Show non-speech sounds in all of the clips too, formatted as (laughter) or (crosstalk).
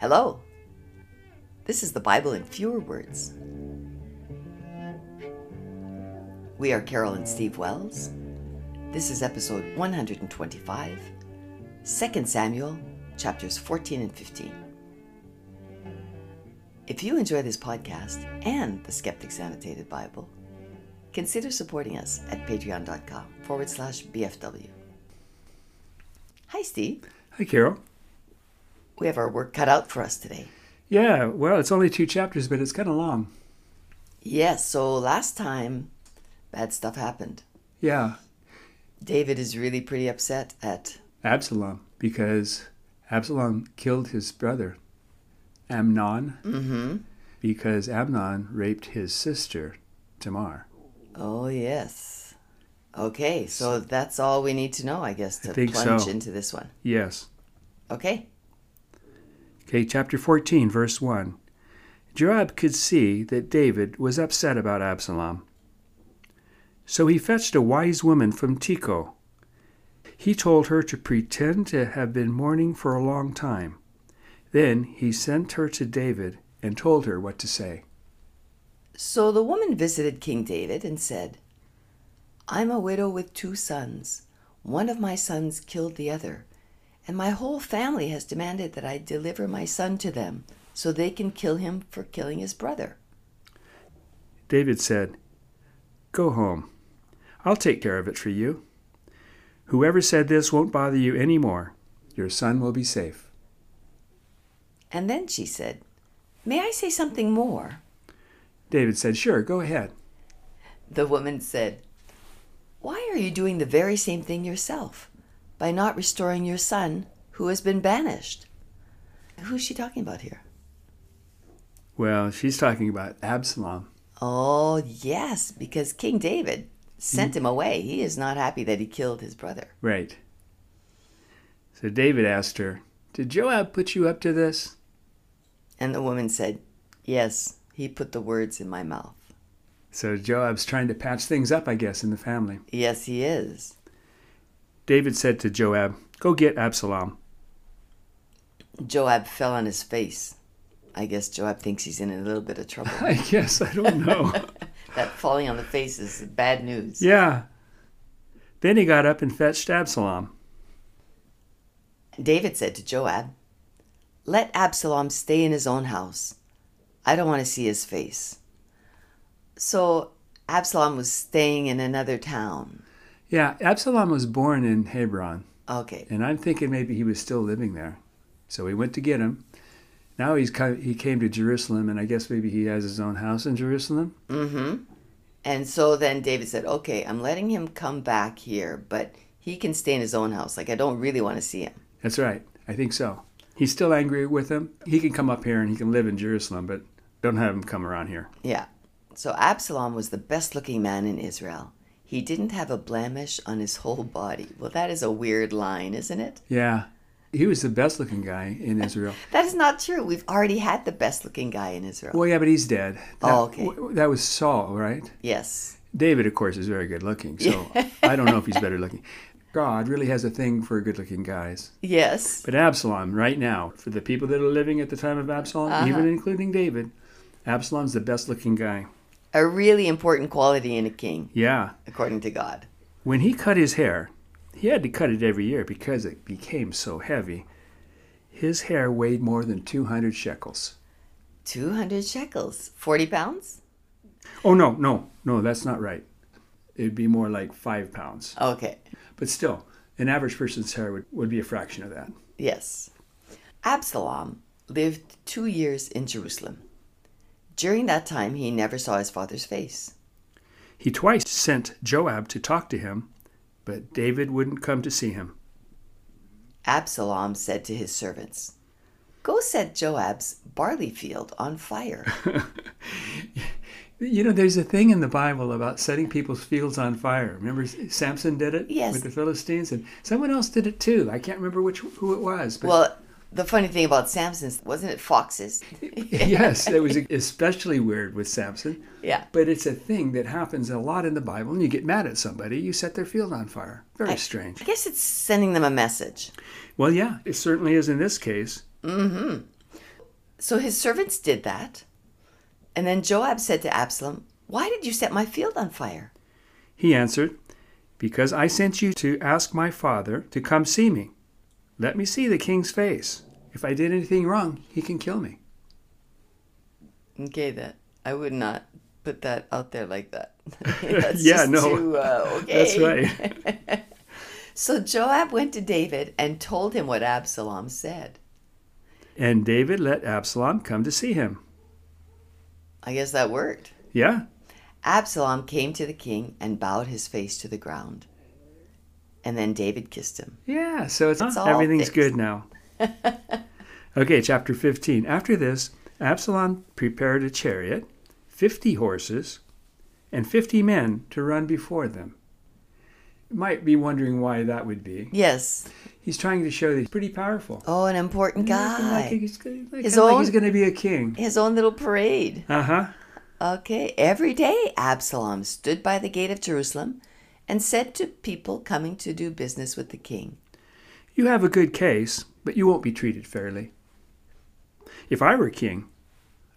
Hello. This is the Bible in fewer words. We are Carol and Steve Wells. This is episode 125, 2 Samuel, chapters 14 and 15. If you enjoy this podcast and the Skeptics Annotated Bible, consider supporting us at patreon.com forward slash BFW. Hi, Steve. Hi, Carol. We have our work cut out for us today. Yeah, well, it's only two chapters, but it's kind of long. Yes, so last time, bad stuff happened. Yeah, David is really pretty upset at. Absalom, because Absalom killed his brother, Amnon, Mm-hmm. because Amnon raped his sister, Tamar. Oh, yes. Okay, so that's all we need to know, I guess, to think plunge so. into this one. Yes. Okay. Okay, chapter 14, verse 1. Joab could see that David was upset about Absalom. So he fetched a wise woman from Tekoa. He told her to pretend to have been mourning for a long time. Then he sent her to David and told her what to say. So the woman visited King David and said, I'm a widow with two sons. One of my sons killed the other, and my whole family has demanded that I deliver my son to them so they can kill him for killing his brother. David said, Go home. I'll take care of it for you. Whoever said this won't bother you any more. Your son will be safe. And then she said, May I say something more? David said, Sure, go ahead. The woman said, Why are you doing the very same thing yourself by not restoring your son who has been banished? Who's she talking about here? Well, she's talking about Absalom. Oh, yes, because King David sent him away. He is not happy that he killed his brother. Right. So David asked her, Did Joab put you up to this? And the woman said, Yes, he put the words in my mouth. So Joab's trying to patch things up, I guess, in the family. Yes, he is. David said to Joab, Go get Absalom. (laughs) Joab fell on his face. I guess Joab thinks he's in a little bit of trouble. (laughs) I guess, I don't know. that falling on the face is bad news. yeah. Then he got up and fetched Absalom. David said to Joab, Let Absalom stay in his own house. I don't want to see his face. So Absalom was staying in another town. Yeah, Absalom was born in Hebron, Okay. and I'm thinking maybe he was still living there. So he went to get him. Now he's come, he came to Jerusalem, and I guess maybe he has his own house in Jerusalem. Mm-hmm. And so then David said, Okay, I'm letting him come back here, but he can stay in his own house. Like, I don't really want to see him. That's right. I think so. He's still angry with him. He can come up here and he can live in Jerusalem, but don't have him come around here. Yeah. So Absalom was the best looking man in Israel. He didn't have a blemish on his whole body. Well, that is a weird line, isn't it? Yeah. He was the best looking guy in Israel. That is not true. We've already had the best looking guy in Israel. Well, yeah, but he's dead. That, Oh, okay. w- that was Saul, right? Yes. David, of course, is very good looking. (laughs) So I don't know if he's better looking. God really has a thing for good looking guys. Yes. But Absalom, right now, for the people that are living at the time of Absalom, even Uh-huh. including David, Absalom's the best looking guy. A really important quality in a king, Yeah. according to God. When he cut his hair, he had to cut it every year because it became so heavy. His hair weighed more than 200 shekels. 200 shekels, 40 pounds? Oh, no, no, no, that's not right. It'd be more like five pounds. Okay. But still, an average person's hair would, would be a fraction of that. Yes. Absalom lived two years in Jerusalem. During that time, he never saw his father's face. He twice sent Joab to talk to him, but David wouldn't come to see him. Absalom said to his servants, Go set Joab's barley field on fire. You know, there's a thing in the Bible about setting people's fields on fire. Remember, Samson did it Yes. with the Philistines, and someone else did it too. I can't remember which who it was. But well, the funny thing about Samson's, wasn't it foxes? (laughs) (laughs) yes, it was especially weird with Samson. Yeah. But it's a thing that happens a lot in the Bible, and you get mad at somebody, you set their field on fire. Very strange. I guess it's sending them a message. Well, yeah, it certainly is in this case. So his servants did that. And then Joab said to Absalom, Why did you set my field on fire? He answered, Because I sent you to ask my father to come see me. Let me see the king's face. If I did anything wrong, he can kill me. Okay, that I would not put that out there like that. (laughs) Yeah, no. too, (laughs) uh, okay. That's right. (laughs) So Joab went to David and told him what Absalom said. And David let Absalom come to see him. I guess that worked. Yeah, Absalom came to the king and bowed his face to the ground. And then David kissed him. yeah. So it's, It's all everything's fixed. good now. (laughs) okay, chapter 15. After this, Absalom prepared a chariot, 50 horses, and 50 men to run before them. You might be wondering why that would be. Yes. He's trying to show that he's pretty powerful. Oh, an important Looking Like guy. he's, gonna- like, His kinda like own- he's going to be a king. His own little parade. Uh huh. Okay, every day Absalom stood by the gate of Jerusalem and said to people coming to do business with the king, You have a good case, but you won't be treated fairly. If I were king,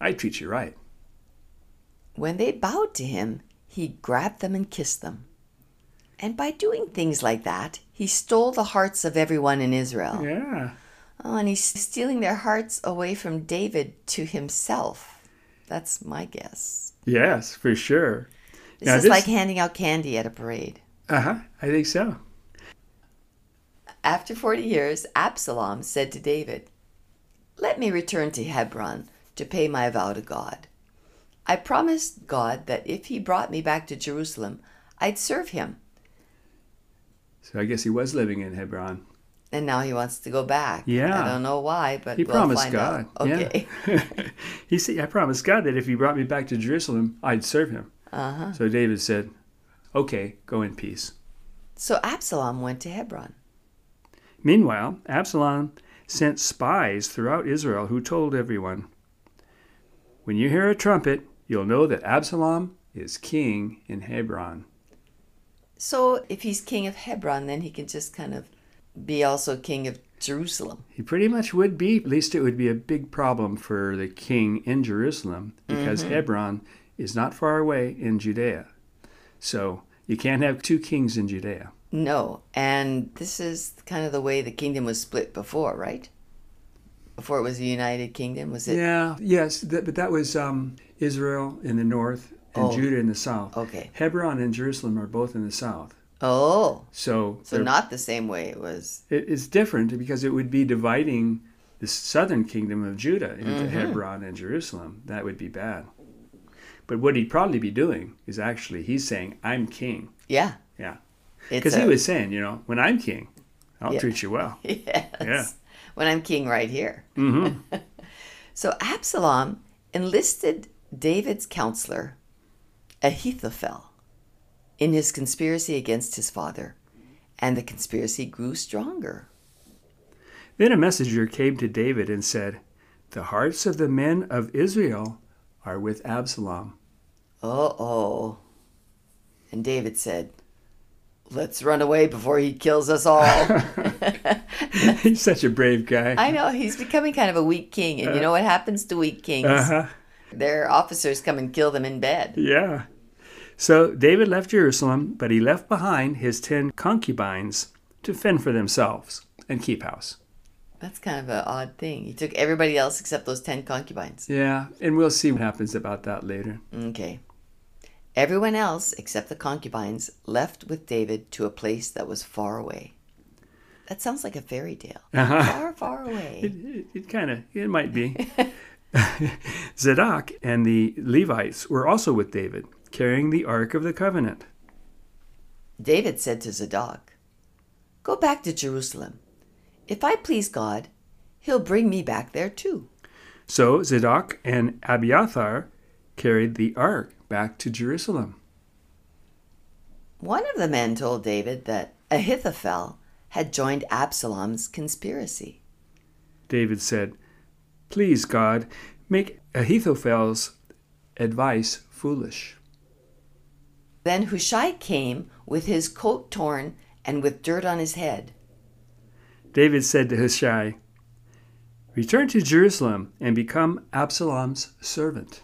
I'd treat you right. When they bowed to him, he grabbed them and kissed them. And by doing things like that, he stole the hearts of everyone in Israel. Yeah. Oh, and he's stealing their hearts away from David to himself. That's my guess. Yes, for sure. This Now is this- like handing out candy at a parade. Uh huh. I think so. After 40 years, Absalom said to David, Let me return to Hebron to pay my vow to God. I promised God that if he brought me back to Jerusalem, I'd serve him. So I guess he was living in Hebron. And now he wants to go back. Yeah. I don't know why, but He we'll promised find God. out. (laughs) Okay. Yeah. (laughs) he said, I promised God that if he brought me back to Jerusalem, I'd serve him. Uh-huh. So David said, Okay, go in peace. So Absalom went to Hebron. Meanwhile, Absalom sent spies throughout Israel who told everyone, When you hear a trumpet, you'll know that Absalom is king in Hebron. So if he's king of Hebron, then he can just kind of be also king of Jerusalem. He pretty much would be, at least it would be a big problem for the king in Jerusalem because Mm-hmm. Hebron is not far away in Judea. So you can't have two kings in Judea. No. And this is kind of the way the kingdom was split before, right? Before it was a united kingdom, was it? Yeah, yes, that, but that was um, Israel in the north and Oh. Judah in the south. Okay. Hebron and Jerusalem are both in the south. Oh, So, so they're- not the same way it was. it, it's different because it would be dividing the southern kingdom of Judah into Mm-hmm. Hebron and Jerusalem. That would be bad. But what he'd probably be doing is actually he's saying, I'm king. Yeah. Yeah. It's Because he a- was saying, you know, when I'm king, I'll Yeah. treat you well. (laughs) Yes. Yeah. Mm-hmm. When I'm king right here. (laughs) so Absalom enlisted David's counselor, Ahithophel, in his conspiracy against his father, and the conspiracy grew stronger. Then a messenger came to David and said, The hearts of the men of Israel are with Absalom. (laughs) Uh oh. And David said, Let's run away before he kills us all. he's such a brave guy. I know, he's becoming kind of a weak king. And you know what happens to weak kings? Uh huh. Their officers come and kill them in bed. Yeah. So David left Jerusalem, but he left behind his ten concubines to fend for themselves and keep house. That's kind of an odd thing. He took everybody else except those 10 concubines. Yeah, and we'll see what happens about that later. Okay. Everyone else except the concubines left with David to a place that was far away. That sounds like a fairy tale. Far, far It, away. it, it kind of, it might be. (laughs) Zadok and the Levites were also with David, carrying the Ark of the Covenant. David said to Zadok, Go back to Jerusalem. If I please God, he'll bring me back there too. So Zadok and Abiathar carried the Ark back to Jerusalem. One of the men told David that Ahithophel had joined Absalom's conspiracy. David said, Please, God, make Ahithophel's advice foolish. Then Hushai came with his coat torn and with dirt on his head. David said to Hushai, Return to Jerusalem and become Absalom's servant.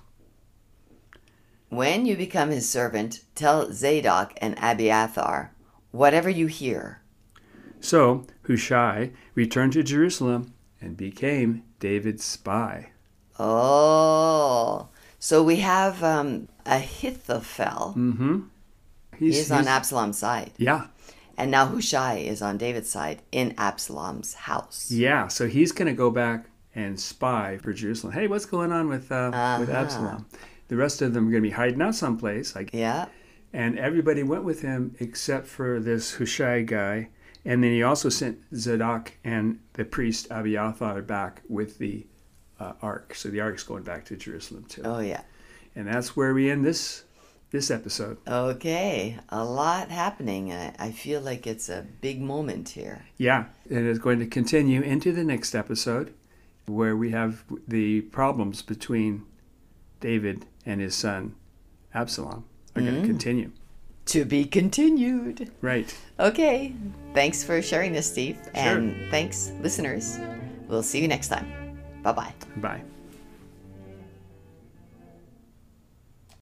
When you become his servant, tell Zadok and Abiathar whatever you hear. So Hushai returned to Jerusalem and became David's spy. Oh, so we have um, Ahithophel. Mm-hmm. He's, on Absalom's side. Yeah, And now Hushai is on David's side in Absalom's house. yeah. So he's going to go back and spy for Jerusalem. Hey, what's going on with uh, with Uh-huh. Absalom? The rest of them are going to be hiding out someplace, like Yeah. And everybody went with him except for this Hushai guy. And then he also sent Zadok and the priest Abiathar back with the uh, ark. So the ark's going back to Jerusalem too. Oh, yeah. And that's where we end this this episode. Okay. A lot happening. I, I feel like it's a big moment here. Yeah, and it's going to continue into the next episode where we have the problems between David and his son Absalom are going to continue. To be continued. Right. Okay. Thanks for sharing this, Steve. And thanks, listeners. We'll see you next time. Bye bye. Bye.